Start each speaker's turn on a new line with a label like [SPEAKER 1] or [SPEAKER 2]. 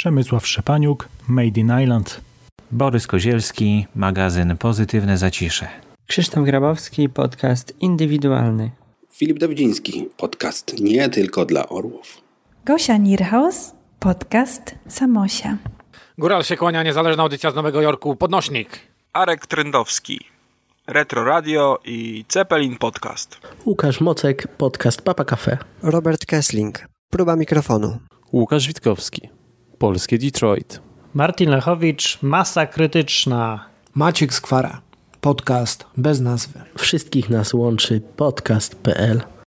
[SPEAKER 1] Przemysław Szczepaniuk, Made in Island.
[SPEAKER 2] Borys Kozielski, magazyn Pozytywne Zacisze.
[SPEAKER 3] Krzysztof Grabowski, podcast indywidualny.
[SPEAKER 4] Filip Dawidziński, podcast nie tylko dla orłów.
[SPEAKER 5] Gosia Nierhaus, podcast Samosia.
[SPEAKER 6] Góral się kłania, niezależna audycja z Nowego Jorku, Podnośnik.
[SPEAKER 7] Arek Trendowski, Retro Radio i Zeppelin Podcast.
[SPEAKER 8] Łukasz Mocek, podcast Papa Cafe.
[SPEAKER 9] Robert Kessling, próba mikrofonu.
[SPEAKER 10] Łukasz Witkowski, polskie Detroit.
[SPEAKER 11] Martin Lechowicz, Masa Krytyczna.
[SPEAKER 12] Maciek Skwara, podcast bez nazwy.
[SPEAKER 8] Wszystkich nas łączy podcast.pl.